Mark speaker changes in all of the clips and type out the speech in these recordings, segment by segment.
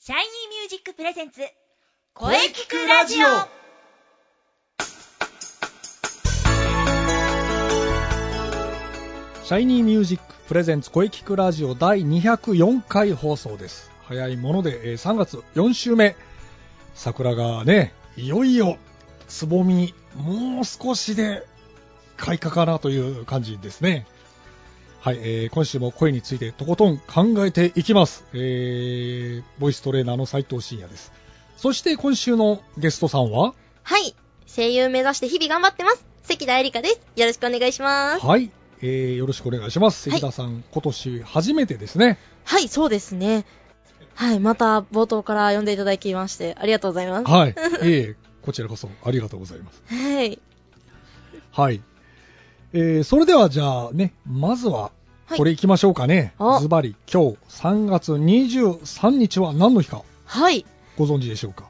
Speaker 1: シャイニーミュージックプレゼンツ
Speaker 2: 声聞くラジオ
Speaker 3: シャイニーミュージックプレゼンツ声聞くラジオ第204回放送です。早いものでえー3月4週目。桜がね、いよいよ、つぼみ、もう少しで開花かなという感じですね。はい、えー今週も声についてとことん考えていきます。えーボイストレーナーの斉藤慎也です。そして今週のゲストさんは
Speaker 4: はい。声優目指して日々頑張ってます。関田絵里香です。よろしくお願いします。
Speaker 3: はい、えーよろしくお願いします。
Speaker 4: はい
Speaker 3: 関田さん、今年初めてですね。
Speaker 4: はい、そうですね。はい、また冒頭から呼んでいただきまして、ありがとうございます。
Speaker 3: はい、ええこちらこそありがとうございます。
Speaker 4: はい。
Speaker 3: はい。えーそれではじゃあね、まずは、
Speaker 4: はい
Speaker 3: これいきましょうかね
Speaker 4: お。
Speaker 3: ズバリ、今日3月23日は何の日か
Speaker 4: はい。
Speaker 3: ご存知でしょうか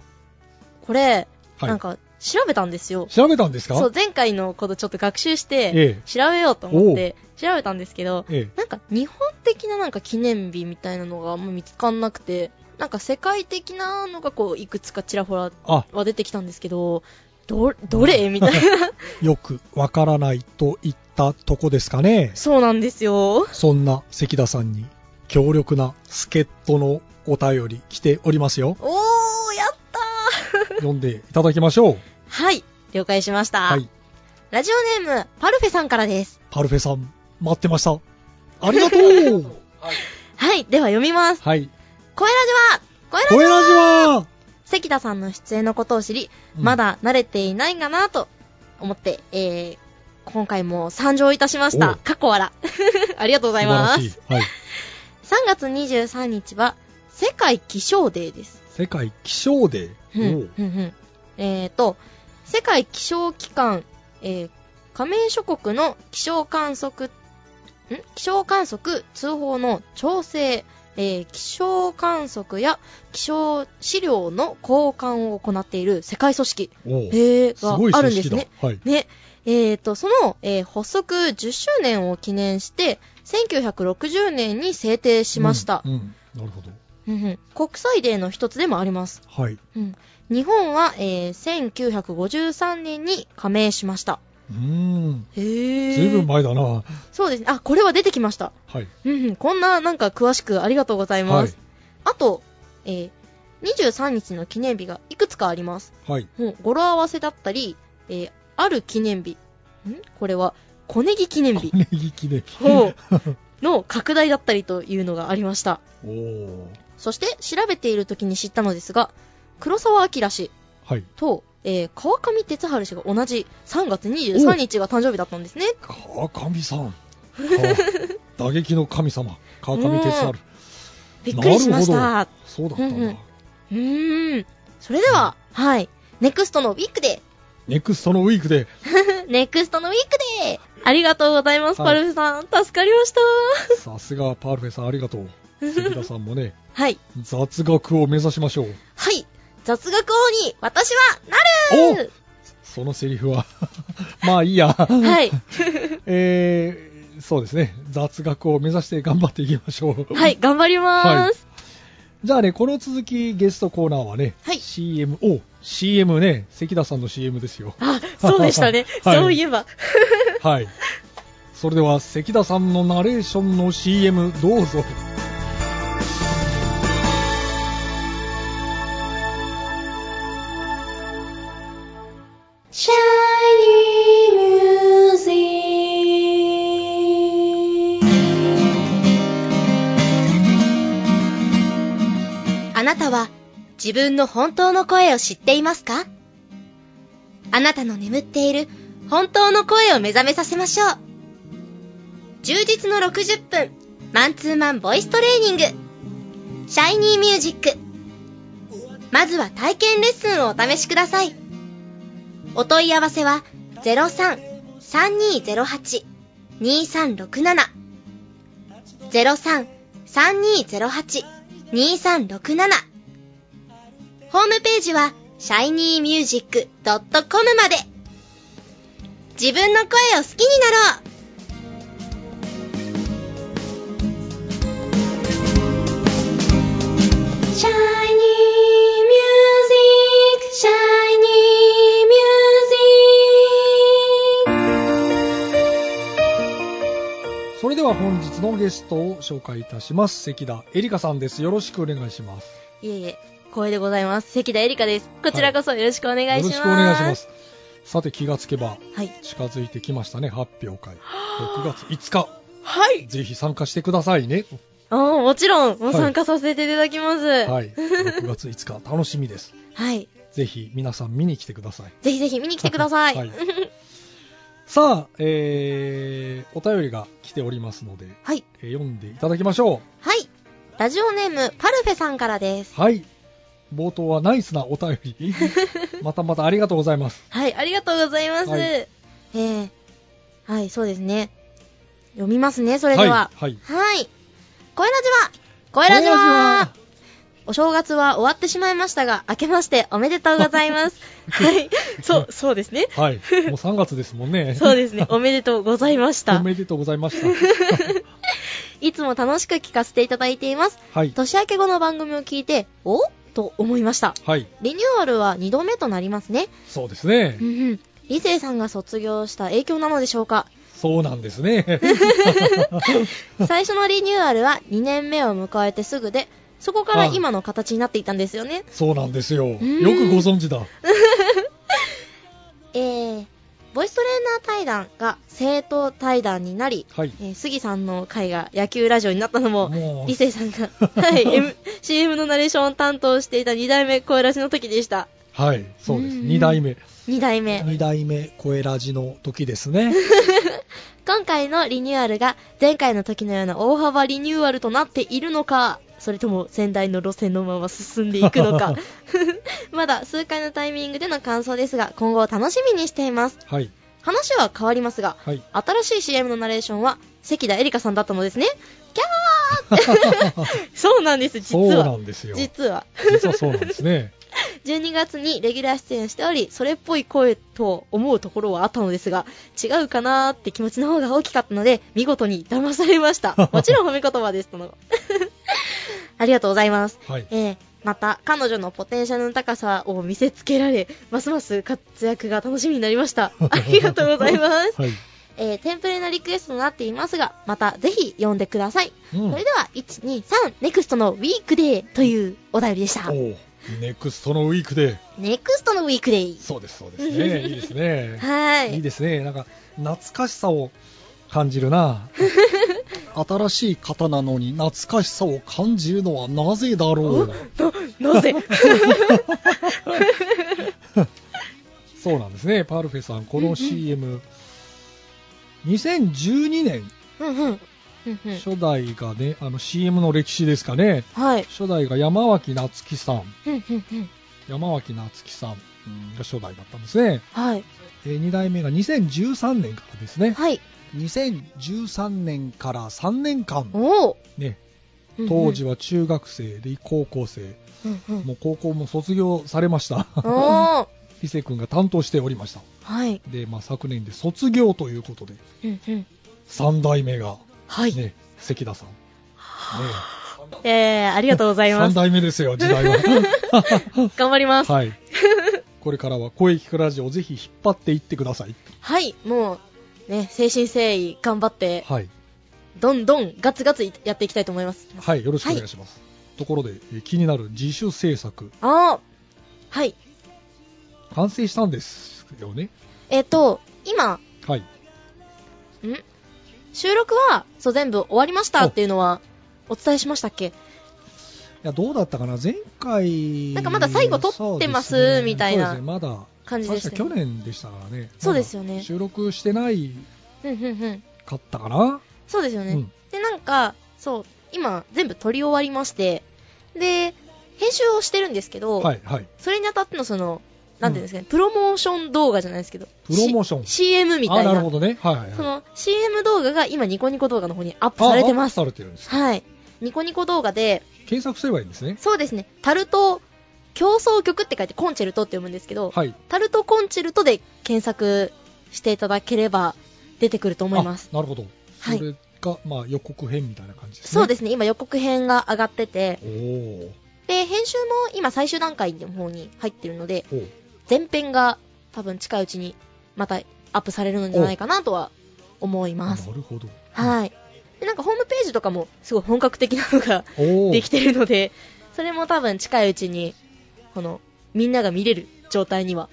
Speaker 4: これ、
Speaker 3: はい
Speaker 4: なんか、調べたんですよ。
Speaker 3: 調べたんですか
Speaker 4: そう、前回のことちょっと学習し
Speaker 3: ええ
Speaker 4: て、調べようと思って、調べたんですけど、
Speaker 3: え
Speaker 4: なんか、日本的ななんか記念日みたいなのがあんま見つかんなくて、なんか世界的なのがこう、いくつかちらほら
Speaker 3: えあ、
Speaker 4: は出てきたんですけど、ど、どれみたいな。
Speaker 3: よくわからないといったとこですかね。
Speaker 4: そうなんですよ。。
Speaker 3: そんな関田さんに強力な助っ人のお便り来ておりますよ
Speaker 4: おー、やったー
Speaker 3: 読んでいただきましょう。
Speaker 4: はい、了解しました。
Speaker 3: はい。
Speaker 4: ラジオネーム、パルフェさんからです。
Speaker 3: パルフェさん、待ってました。ありがとう
Speaker 4: はい、では読みます。
Speaker 3: はい。
Speaker 4: 声ラジは声ラジは
Speaker 3: 声ラジは
Speaker 4: 関田さんの出演のことを知り、
Speaker 3: うん
Speaker 4: まだ慣れていないかなと思って、えー、今回も参上いたしまし
Speaker 3: お
Speaker 4: た。過去あら。 ありがとうございます。3
Speaker 3: 素晴らしい。はい。
Speaker 4: 月23日は、世界気象デーです。
Speaker 3: 世界気象デ
Speaker 4: うん
Speaker 3: ー。おう
Speaker 4: うんうんえーと、世界気象機関、えー加盟諸国の気象観測、ん気象観測通報の調整、えー気象観測や気象資料の交換を行っている世界組織、
Speaker 3: おう
Speaker 4: えー
Speaker 3: すごい
Speaker 4: がある
Speaker 3: 組
Speaker 4: んで
Speaker 3: 織
Speaker 4: す
Speaker 3: だ。
Speaker 4: ね。
Speaker 3: はい。
Speaker 4: ね、えーと、その、えー発足10周年を記念して、1960年に制定しました
Speaker 3: う。んうんなるほど。
Speaker 4: うんうん国際デーの一つでもあります。
Speaker 3: はい。
Speaker 4: うん日本は、えー1953年に加盟しました。
Speaker 3: うーん。
Speaker 4: へ
Speaker 3: ずいぶん
Speaker 4: ぇ
Speaker 3: 前だな。は
Speaker 4: そうですね。あ、これは出てきました。
Speaker 3: い。
Speaker 4: うんうん、こんな、なんか詳しくありがとうござい
Speaker 3: は
Speaker 4: ま
Speaker 3: い
Speaker 4: す。。あと、えー23日の記念日がいくつかあります。
Speaker 3: はい。
Speaker 4: もう語呂合わせだったり、えーある記念日。んこれは、小ネギ記念 日
Speaker 3: 小ネギ記念日。
Speaker 4: ほうの拡大だったりというのがありました。
Speaker 3: おお。
Speaker 4: そして、調べている時に知ったのですが、黒沢明氏、
Speaker 3: はい。
Speaker 4: と、えー川上哲治氏が同じ3月23日が誕生日だったんですね。
Speaker 3: 川上さん。はあ打撃の神様。川上哲治。
Speaker 4: びっくりしました。う
Speaker 3: そうだった
Speaker 4: うんうんん
Speaker 3: だ。
Speaker 4: ーん。それでは、はい。ネクストのウィークで、
Speaker 3: ネクストのウィークで、
Speaker 4: ネクストのウィークで、ありがとうございます、
Speaker 3: はい
Speaker 4: パルフさん。助かりました。
Speaker 3: さすがパールフェさんありがとう。関田さんもね、
Speaker 4: はい。
Speaker 3: 雑学を目指しましょう。
Speaker 4: はい。雑学王に私はなる
Speaker 3: そのセリフは、 まあいいや。は
Speaker 4: はい。
Speaker 3: えーそうですね雑学を目指して頑張っていきましょう
Speaker 4: はい、頑張りまーす。
Speaker 3: じゃあねこの続きゲストコーナーはね、
Speaker 4: はい
Speaker 3: CM お CM ね関田さんの CM ですよ。
Speaker 4: あ、そうでしたね
Speaker 3: はい
Speaker 4: そういえば。
Speaker 3: はいそれでは関田さんのナレーションの CM どうぞ
Speaker 4: あなたは自分の本当の声を知っていますかあなたの眠っている本当の声を目覚めさせましょう。充実の60分、マンツーマンボイストレーニング、シャイニーミュージック。まずは体験レッスンをお試しください。お問い合わせは03-3208-2367 03-3208-2367ホームページは shinymusic.com まで自分の声を好きになろう
Speaker 1: シャイニー
Speaker 3: 本日のゲストを紹介いたします関田エリカさんですよろしくお願いします
Speaker 4: いえいえ、光栄でございます。関田エリカです。こちらこそよろしくお願いします。
Speaker 3: よろしくお願いしま。すさて気がつけば
Speaker 4: はい。
Speaker 3: 近づいてきましたね発表会6月5日
Speaker 1: はい。
Speaker 3: ぜひ参加してくださいね
Speaker 4: あーもちろん、
Speaker 3: は
Speaker 4: も
Speaker 3: いう
Speaker 4: 参加させていただきます。は。
Speaker 3: はいい6月5日楽しみですぜひ皆さん見に来てください
Speaker 4: ぜひぜひ見に来てください。
Speaker 3: は
Speaker 4: はいい。
Speaker 3: さあ、えー、お便りが来ておりますので、
Speaker 4: はい。
Speaker 3: えー読んでいただきましょ
Speaker 4: ラジオネーム、パルフェさんからです。
Speaker 3: うはい冒頭はナイスなお便 りまたまたありがとうございます
Speaker 4: はい、ありがとうございます。
Speaker 3: はい
Speaker 4: えー、はい、そうですね。読みますね、それでは。
Speaker 3: はい、はい、
Speaker 4: はい。声ラジは声ラジはお正月は終わってしまいましたが、明けましておめでとうござい ます。はい。 そう、そうですね。
Speaker 3: はい、もう3月ですもん ね
Speaker 4: そうですね。おめでとうございまし
Speaker 3: お
Speaker 4: た。
Speaker 3: めでとうござい ました
Speaker 4: いつも楽しく聞かせていただいています。
Speaker 3: はい
Speaker 4: 年明け後の番組を聞いて、おと思いました。
Speaker 3: はい
Speaker 4: リニューアルは2度目となりますね。
Speaker 3: そうですね
Speaker 4: うんうん。理性さんが卒業した影響なのでしょうか。
Speaker 3: そうなんです ね
Speaker 4: 最初のリニューアルは2年目を迎えてすぐで、そこから今の形になっていたんですよね。
Speaker 3: そうなんですよよく
Speaker 4: ん
Speaker 3: ご存知だ
Speaker 4: えー、ボイストレーナー対談が生徒対談になり、
Speaker 3: はい
Speaker 4: えー杉さんの回が野球ラジオになったのも、
Speaker 3: もう
Speaker 4: 理性さんが、 はい、M、CM のナレーションを担当していた2代目声出しの時でした。
Speaker 3: はいそうです
Speaker 4: うん
Speaker 3: 2代目
Speaker 4: 2代目。
Speaker 3: 2代目声ラジの時で すね
Speaker 4: 今回のリニューアルが前回の時のような大幅リニューアルとなっているのか、それとも先代の路線のまま進んでいくの か、まだ数回のタイミングでの感想ですが、今後を楽しみにしています。
Speaker 3: はい
Speaker 4: 話は変わりますが、
Speaker 3: はい
Speaker 4: 新しい CM のナレーションは関田エリカさんだったのですね。キャー ってそうなんです、実
Speaker 3: そうな
Speaker 4: は。
Speaker 3: んですよ
Speaker 4: 実は。
Speaker 3: 実はそうなんで すね。
Speaker 4: 12月にレギュラー出演しており、それっぽい声と思うところはあったのですが、違うかなーって気持ちの方が大きかったので、見事に騙されま した。もちろん褒め言葉ですとの。 ありがとうございます。
Speaker 3: はい。
Speaker 4: えー、また、彼女のポテンシャルの高さを見せつけられ、ますます活躍が楽しみになりま した。ありがとうございます。
Speaker 3: はい。
Speaker 4: えー、テンプレなリクエストとなっていますが、またぜひ読んでください。
Speaker 3: うん
Speaker 4: それでは、1、2、3、ネクストのウィークデーというお便りでした。
Speaker 3: おうネクストのウィークで。
Speaker 4: ネクストのウィークデイ。
Speaker 3: そうです、そうですね。 いいですね。
Speaker 4: はいい。
Speaker 3: いですね。なんか、懐かしさを感じ るな。新しい方なのに懐かしさを感じるのはなぜだろう。
Speaker 4: な、なぜ
Speaker 3: そうなんですね。パルフェさん、この CM、2012年、
Speaker 4: うんうん。うんうん。
Speaker 3: 初代がね、あの CM の歴史ですかね。
Speaker 4: はい。
Speaker 3: 初代が山脇夏樹さん。
Speaker 4: うんうんうん。
Speaker 3: 山脇夏樹さんが初代だったんですね。
Speaker 4: はい。
Speaker 3: えー、2代目が2013年からですね。
Speaker 4: はい。
Speaker 3: 2013年から3年間、
Speaker 4: おお。
Speaker 3: ね、当時は中学生で高校生、
Speaker 4: うんうん。
Speaker 3: もう高校も卒業されました。
Speaker 4: おお。
Speaker 3: 伊勢くんが担当しておりました。
Speaker 4: はい。
Speaker 3: で、まあ昨年で卒業ということで、
Speaker 4: うんうん。
Speaker 3: 3代目が、
Speaker 4: はい。
Speaker 3: ね、関田さん。ね、
Speaker 4: えー、ありがとうございま
Speaker 3: 3
Speaker 4: す。
Speaker 3: 代目ですよ、時代 は。
Speaker 4: 頑張ります。はい。
Speaker 3: はい。これからは声聞くラジオをぜひ引っ張っていってください。
Speaker 4: もう、ね、誠心誠意頑張って、
Speaker 3: はい。
Speaker 4: どんどんガツガツやっていきたいと思います。
Speaker 3: はい、よろしくお願いします。ところで、えー気になる自主制作、
Speaker 4: ああ。はい。
Speaker 3: 完成したんですよね。
Speaker 4: えっ、と、今、
Speaker 3: はい。
Speaker 4: ん収録は、そう全部終わりましたっていうのは、お伝えしましたっけ
Speaker 3: いやどうだったかな前回
Speaker 4: なんかまだ最後撮ってます
Speaker 3: そうでね
Speaker 4: みたいな
Speaker 3: そうですねまだ
Speaker 4: 感じでしたよね
Speaker 3: 確か去年でしたからね
Speaker 4: そうですよね
Speaker 3: まだ収録してない
Speaker 4: うんうんうん。
Speaker 3: かったかな
Speaker 4: そうですよね。
Speaker 3: うん
Speaker 4: で、なんか、そう、今、全部撮り終わりまして、で、編集をしてるんですけど、
Speaker 3: はいはい
Speaker 4: それにあたってのその、なんていうんですかね、プロモーション動画じゃないですけど、
Speaker 3: プロモーション
Speaker 4: C- CM みたいな
Speaker 3: あなるほどねはいはいはい
Speaker 4: その CM 動画が今、ニコニコ動画の方にアップ
Speaker 3: あ
Speaker 4: されてます。
Speaker 3: アップされてるんです
Speaker 4: はい。ニコニコ動画で、
Speaker 3: 検索すればいいんですね
Speaker 4: そうですね、タルト競争曲って書いてコンチェルトって読むんですけど、
Speaker 3: はい
Speaker 4: タルトコンチェルトで検索していただければ出てくると思います。
Speaker 3: あなるほどそ
Speaker 4: はい
Speaker 3: れがまあ予告編みたいな感じですね
Speaker 4: そうですすね、今予告編が上がってて、
Speaker 3: おー
Speaker 4: で、編集も今最終段階の方に入ってるので、
Speaker 3: おー
Speaker 4: 前編が多分近いうちにまたアップされるのじゃないかなとは思い
Speaker 3: な
Speaker 4: ます。
Speaker 3: るほど
Speaker 4: はい。でなんかホームページとかもすごい本格的なのが
Speaker 3: おー
Speaker 4: できてるので、それも多分近いうちに、この、みんなが見れる状態には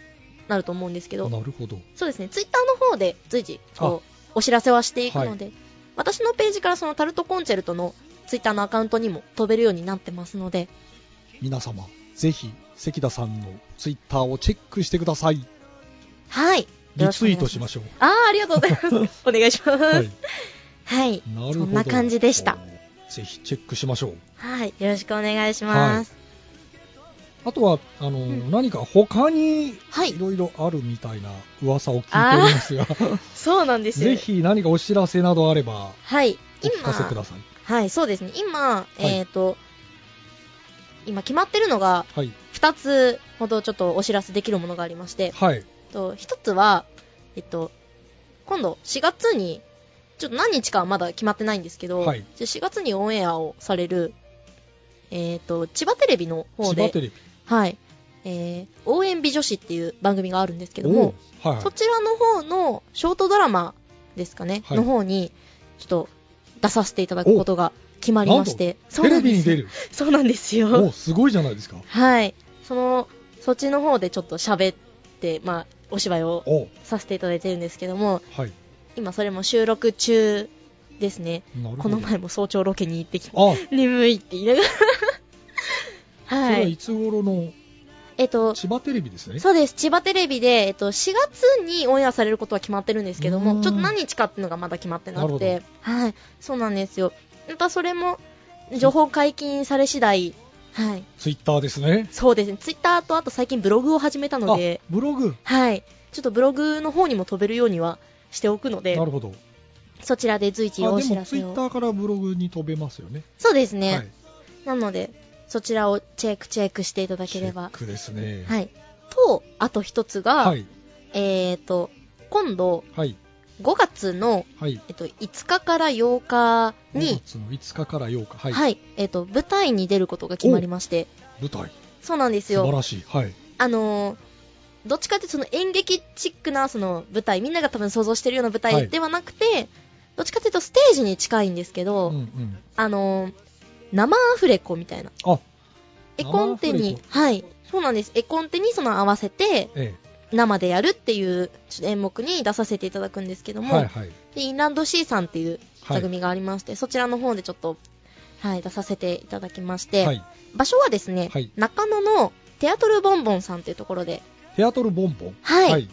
Speaker 4: なると思うんですけど、
Speaker 3: なるほど。
Speaker 4: そうですね、ツイッターの方で随時、こう、お知らせはしていくので、私のページからそのタルトコンチェルトのツイッターのアカウントにも飛べるようになってますので、
Speaker 3: 皆様、ぜひ、関田さんのツイッターをチェックしてください。
Speaker 4: はい。
Speaker 3: リツイートしま
Speaker 4: し
Speaker 3: しょう。
Speaker 4: ああ、ありがとうござ います。お願いします。は
Speaker 3: はいい。。なるほど。
Speaker 4: そんな感じでした。。
Speaker 3: ぜひチェックしましょう。
Speaker 4: はい。よろしくお願いします。
Speaker 3: あとは、あの、
Speaker 4: ん
Speaker 3: 何か他に
Speaker 4: はい
Speaker 3: いろいろあるみたいな噂を聞いておりますが、
Speaker 4: そうなんですよ。
Speaker 3: ぜひ何かお知らせなどあれば、
Speaker 4: はい。
Speaker 3: お聞かせく
Speaker 4: 今、
Speaker 3: ださい。
Speaker 4: はい、そうですね。今、
Speaker 3: い
Speaker 4: えっ、と、今決まってるのが、
Speaker 3: はい。
Speaker 4: 2つほどちょっとお知らせできるものがありまして、
Speaker 3: はい。
Speaker 4: と1つは、えっと、今度4月に、ちょっと何日かはまだ決まってないんですけど、
Speaker 3: はい
Speaker 4: じゃあ4月にオンエアをされる、えっ、と、千葉テレビの方
Speaker 3: 千葉
Speaker 4: で
Speaker 3: テ、レビ。
Speaker 4: はい、えー、応援美女子っていう番組があるんですけど
Speaker 3: お
Speaker 4: も
Speaker 3: う、はい
Speaker 4: そちらの方のショートドラマですかね、
Speaker 3: はい
Speaker 4: の方に、ちょっと出させていただくことが決まりまして、そ
Speaker 3: テ
Speaker 4: うな
Speaker 3: レ
Speaker 4: んで
Speaker 3: ビに
Speaker 4: す
Speaker 3: 出
Speaker 4: よ。
Speaker 3: る。
Speaker 4: そうなんです
Speaker 3: おう
Speaker 4: よ。
Speaker 3: すごいじゃないですか。
Speaker 4: はい。その、そっちの方でちょっと喋って、まあ、お芝居を
Speaker 3: おう
Speaker 4: させていただいてるんですけども、
Speaker 3: はい。
Speaker 4: 今それも収録中ですね。
Speaker 3: なるほど。
Speaker 4: この前も早朝ロケに行ってきて、
Speaker 3: あ、
Speaker 4: 眠いって言いながら。
Speaker 3: それ
Speaker 4: は
Speaker 3: はい
Speaker 4: い。
Speaker 3: つ頃の
Speaker 4: えっと、
Speaker 3: 千葉テレビですね。
Speaker 4: そうです。千葉テレビで、えっと、4月にオンエアされることは決まってるんですけど
Speaker 3: うー
Speaker 4: も、
Speaker 3: ん
Speaker 4: ちょっと何日かっていうのがまだ決まってなく
Speaker 3: な
Speaker 4: て、はい。そうなんですよ。またそれも、情報解禁され次第、はい。
Speaker 3: ツイッターですね。
Speaker 4: そうですね。ツイッターとあと最近ブログを始めたの
Speaker 3: あ
Speaker 4: で、、
Speaker 3: ブログ。
Speaker 4: はい。ちょっとブログの方にも飛べるようにはしておくので
Speaker 3: な、るほど。
Speaker 4: そちらで随
Speaker 3: あ、
Speaker 4: 時お
Speaker 3: で
Speaker 4: 知
Speaker 3: も
Speaker 4: ら
Speaker 3: ツイ
Speaker 4: せ
Speaker 3: ッ
Speaker 4: を。
Speaker 3: ターからブログに飛べますよね。
Speaker 4: そうです
Speaker 3: は
Speaker 4: ね
Speaker 3: い。。
Speaker 4: なので、そちらをチェックチェックしていただければ。
Speaker 3: クですね。
Speaker 4: はい。と、あと一つが、
Speaker 3: はい。
Speaker 4: えっと、今度、
Speaker 3: はい。
Speaker 4: 5月の、
Speaker 3: はい。
Speaker 4: えっと、5日から8日
Speaker 3: 5
Speaker 4: に、
Speaker 3: 月の5日から8日。は。
Speaker 4: はいい、えっと、舞台に出ることが決まりまして、
Speaker 3: 舞台。
Speaker 4: そうなんです
Speaker 3: 素晴
Speaker 4: よ。
Speaker 3: らしい。はい。
Speaker 4: あのーどっちかっていうとその演劇チックなその舞台、みんなが多分想像してるような舞
Speaker 3: は
Speaker 4: 台
Speaker 3: い
Speaker 4: ではなくて、どっちかっていうとステージに近いんですけ
Speaker 3: う
Speaker 4: ど、
Speaker 3: んうん。
Speaker 4: あのー生アフレコみたいな。
Speaker 3: あ、
Speaker 4: 絵コンテに
Speaker 3: 生アフ、
Speaker 4: はい。そうなんです。絵コンテにその合わせて
Speaker 3: え
Speaker 4: 生でやるっていうちょっと演目に出させていただくんですけど
Speaker 3: え。
Speaker 4: も、
Speaker 3: はいはい。
Speaker 4: でインランド C さんっていう
Speaker 3: は
Speaker 4: 座
Speaker 3: い。
Speaker 4: 組がありまして、そちらの方でちょっと、はい、出させていただきまして、
Speaker 3: はい。
Speaker 4: 場所はですね、
Speaker 3: はい
Speaker 4: 中野のテアトルボンボンさんというところで、
Speaker 3: テアトルボンボン。
Speaker 4: はい
Speaker 3: はい。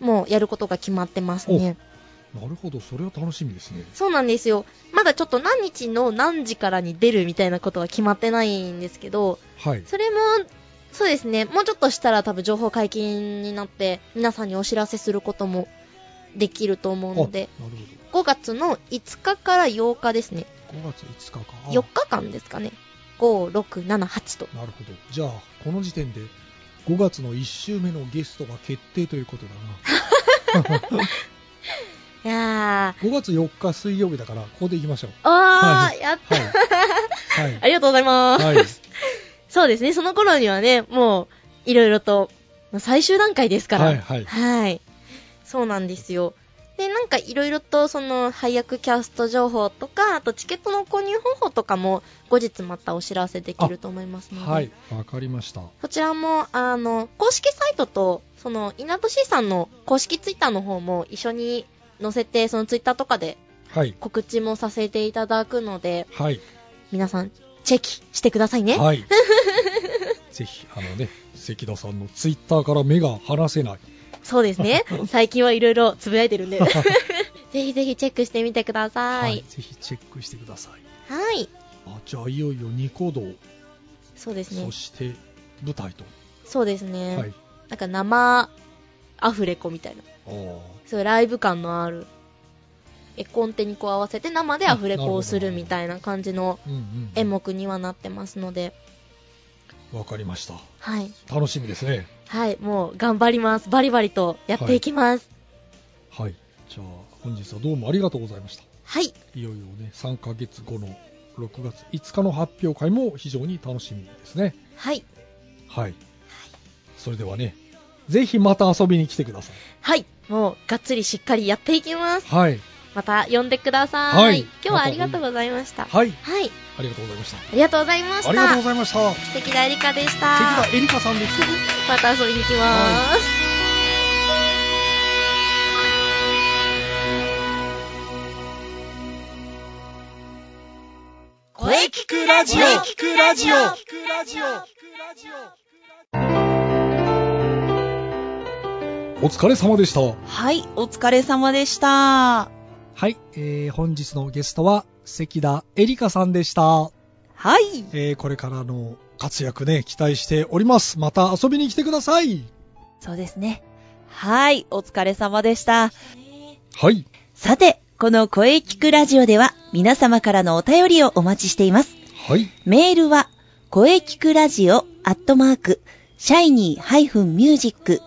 Speaker 4: もうやることが決まってますね。
Speaker 3: なるほど。それは楽しみですね。
Speaker 4: そうなんですよ。まだちょっと何日の何時からに出るみたいなことは決まってないんですけど、
Speaker 3: はい。
Speaker 4: それも、そうですね、もうちょっとしたら多分情報解禁になって、皆さんにお知らせすることもできると思
Speaker 3: あ
Speaker 4: う
Speaker 3: な
Speaker 4: の
Speaker 3: るほど
Speaker 4: で、。5月の5日から8日ですね。
Speaker 3: 5月5日か。あ
Speaker 4: 4日間ですかね。5、6、7、8と。
Speaker 3: なるほど。じゃあ、この時点で、5月の1週目のゲストが決定ということ だな。
Speaker 4: いや
Speaker 3: 5月4日水曜日だから、ここで行きま しょう。
Speaker 4: ー。あー、
Speaker 3: はい
Speaker 4: やっ
Speaker 3: は
Speaker 4: た。
Speaker 3: い。はい。
Speaker 4: ありがとうございます。
Speaker 3: はい。
Speaker 4: そうですね、その頃にはね、もう、いろいろと、最終段階ですから。
Speaker 3: はいはい
Speaker 4: はいそうなんですよ。で、なんかいろいろと、その、配役キャスト情報とか、あとチケットの購入方法とかも、後日またお知らせできると思いますので。
Speaker 3: はい。わかりました。
Speaker 4: そちらも、あの、公式サイトと、その、稲戸 C さんの公式ツイッターの方も一緒に載せて、そのツイッターとかで
Speaker 3: はい。
Speaker 4: 告知もさせていただくので、
Speaker 3: はい。
Speaker 4: 皆さん、チェキしてくださいね。
Speaker 3: はい。 ぜひ、あのね、関田さんのツイッターから目が離せない。
Speaker 4: そうです ね。最近はいろいろつぶやいてるんで。ぜひ ぜひチェックしてみてください。
Speaker 3: ぜひチェックしてください。
Speaker 4: はい。
Speaker 3: あ、じゃあ、いよいよニコ動、
Speaker 4: そうですね
Speaker 3: そ。して舞台と。
Speaker 4: そうですね。
Speaker 3: はい。
Speaker 4: なんか生アフレコみたいな。
Speaker 3: ああ。
Speaker 4: そういうライブ感のある。絵コンテにこう合わせて生でアフレコをするみたいな感じの
Speaker 3: うんう
Speaker 4: 演
Speaker 3: ん。
Speaker 4: 目にはなってますので。
Speaker 3: わかりました。
Speaker 4: はい。
Speaker 3: 楽しみですね。
Speaker 4: はい。もう頑張ります。バリバリとやっていきます。
Speaker 3: はい。じゃあ、本日はどうもありがとうございました。
Speaker 4: はい。
Speaker 3: いよいよね、3ヶ月後の6月5日の発表会も非常に楽しみですね。
Speaker 4: はい。
Speaker 3: はい。それではね、ぜひまた遊びに来てください。
Speaker 4: はい。もうがっつりしっかりやっていきます。
Speaker 3: はい。
Speaker 4: また呼んでください、
Speaker 3: はい
Speaker 4: 今日はありがとうございました
Speaker 3: はい、
Speaker 4: はい
Speaker 3: ありがとうございました。
Speaker 4: ありがとうございました
Speaker 3: ありがとうございました。
Speaker 4: 素敵なエリカでした
Speaker 3: 関田エリカさんでした。
Speaker 4: また遊びに行きます、
Speaker 3: は
Speaker 2: 声聞くラジオ
Speaker 4: 声
Speaker 3: 聞くラジオ
Speaker 2: 声聞くラジオ
Speaker 3: お疲れ様でした。
Speaker 1: はい、お疲れ様でした。
Speaker 3: はい、えー、本日のゲストは関田エリカさんでした。
Speaker 1: はい。
Speaker 3: えー、これからの活躍ね、期待しております。また遊びに来てください。
Speaker 1: そうですね。はい、お疲れ様でした。
Speaker 3: はい。
Speaker 1: さて、この声聞くラジオでは皆様からのお便りをお待ちしています。
Speaker 3: はい。
Speaker 1: メールは、声聞くラジオアットマーク、シャイニー -music.main.jp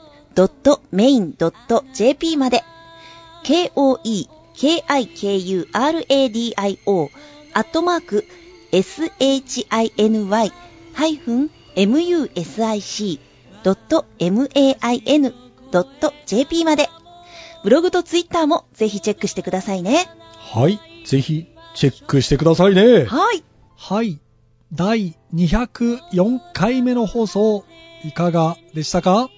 Speaker 1: まで、k-o-e-k-i-k-u-r-a-d-i-o アットマーク、shiny-music.main.jp まで、ブログとツイッターもぜひチェックしてくださいね。
Speaker 3: はい。ぜひ、チェックしてくださいね。
Speaker 1: はい。
Speaker 3: はい。第204回目の放送、いかがでしたか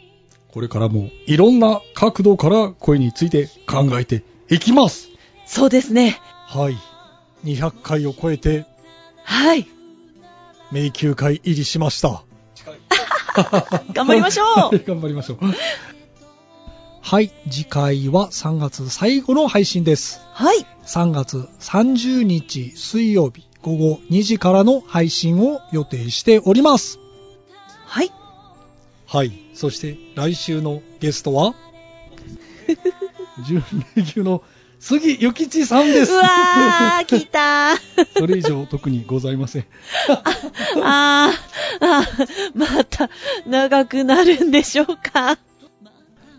Speaker 3: これからもいろんな角度から声について考えていきます。
Speaker 1: そうですね。
Speaker 3: はい。200回を超えて
Speaker 1: はい。
Speaker 3: 迷宮会入りしました。
Speaker 1: 頑張りましょ
Speaker 3: は
Speaker 1: う
Speaker 3: い頑張りましょう。はい。次回は3月最後の配信です。
Speaker 1: はい。
Speaker 3: 3月30日水曜日午後2時からの配信を予定しております。
Speaker 1: はい。
Speaker 3: はい。そして来週のゲストは準レギュの杉ゆきちさんです
Speaker 1: う。わー、来たー。
Speaker 3: それ以上特にございません。
Speaker 1: あー、あー、また、長くなるんでしょうか。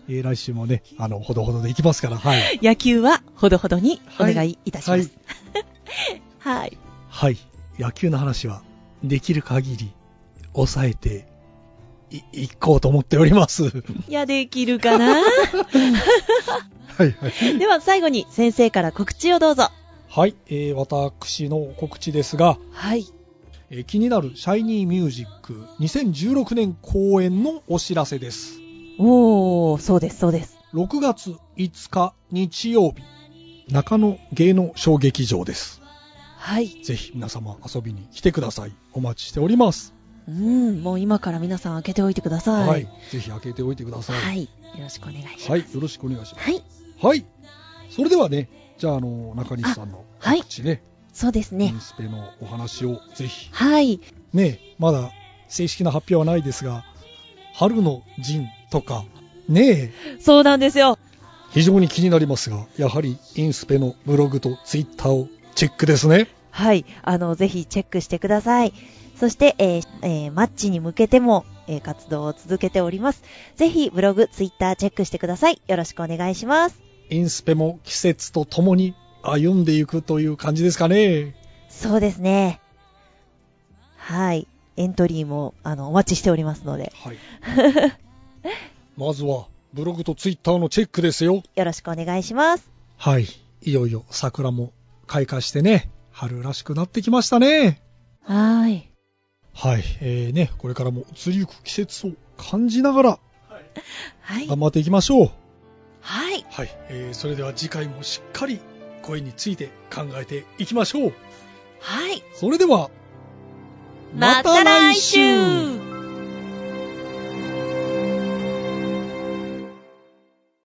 Speaker 3: えー来週もね、あの、ほどほどでいきますから、はい。
Speaker 1: 野球は、ほどほどにお願いいたします。はい。
Speaker 3: はい。野球の話は、できる限り、抑えてい、いこうと思っております。はい
Speaker 1: や、できるか な
Speaker 3: いはい。
Speaker 1: では、最後に先生から告知をどうぞ。
Speaker 3: はい。えー私の告知ですが、
Speaker 1: はい。
Speaker 3: えー気になるシャイニーミュージック2016年公演のお知らせです。
Speaker 1: おー、そうです、そうです。
Speaker 3: 6月5日日曜日中野芸能小劇場です
Speaker 1: はい。
Speaker 3: ぜひ皆様遊びに来てくださいお待ちしております
Speaker 1: うん、もう今から皆さん開けておいてくだ
Speaker 3: は
Speaker 1: さ
Speaker 3: い、
Speaker 1: い。
Speaker 3: ぜひ開けておいてください
Speaker 1: は
Speaker 3: はい、
Speaker 1: い。よろしくお願いします。
Speaker 3: よろしくお願いしま
Speaker 1: はい。
Speaker 3: すはいそれではねじゃああの中西さんの
Speaker 1: あはい
Speaker 3: 告知ね,、
Speaker 1: そうです
Speaker 3: ミ
Speaker 1: ね。
Speaker 3: ンスペのお話をぜひ
Speaker 1: はい。
Speaker 3: ねまだ正式な発表はないですが春の陣とかねえ
Speaker 1: そうなんですよ。
Speaker 3: 非常に気になりますがやはりインスペのブログとツイッターをチェックですね
Speaker 1: はい、あの、ぜひチェックしてください。そして、えーえーマッチに向けても、えー活動を続けております。ぜひ、ブログ、ツイッターチェックしてください。よろしくお願いします。
Speaker 3: インスペも季節とともに歩んでいくという感じですかね。
Speaker 1: そうですね。はい。エントリーも、あの、お待ちしておりますので、
Speaker 3: はい。まずは、ブログとツイッターのチェックですよ。
Speaker 1: よろしくお願いします。
Speaker 3: はい。いよいよ桜も開花してね、春らしくなってきましたね。
Speaker 1: はい。
Speaker 3: はい。えー、ね、これからも移りゆく季節を感じながら
Speaker 1: はい。
Speaker 3: 頑張っていきましょう。
Speaker 1: はい。
Speaker 3: はい。えー、それでは次回もしっかり声について考えていきましょう。
Speaker 1: はい。
Speaker 3: それでは、
Speaker 1: また来週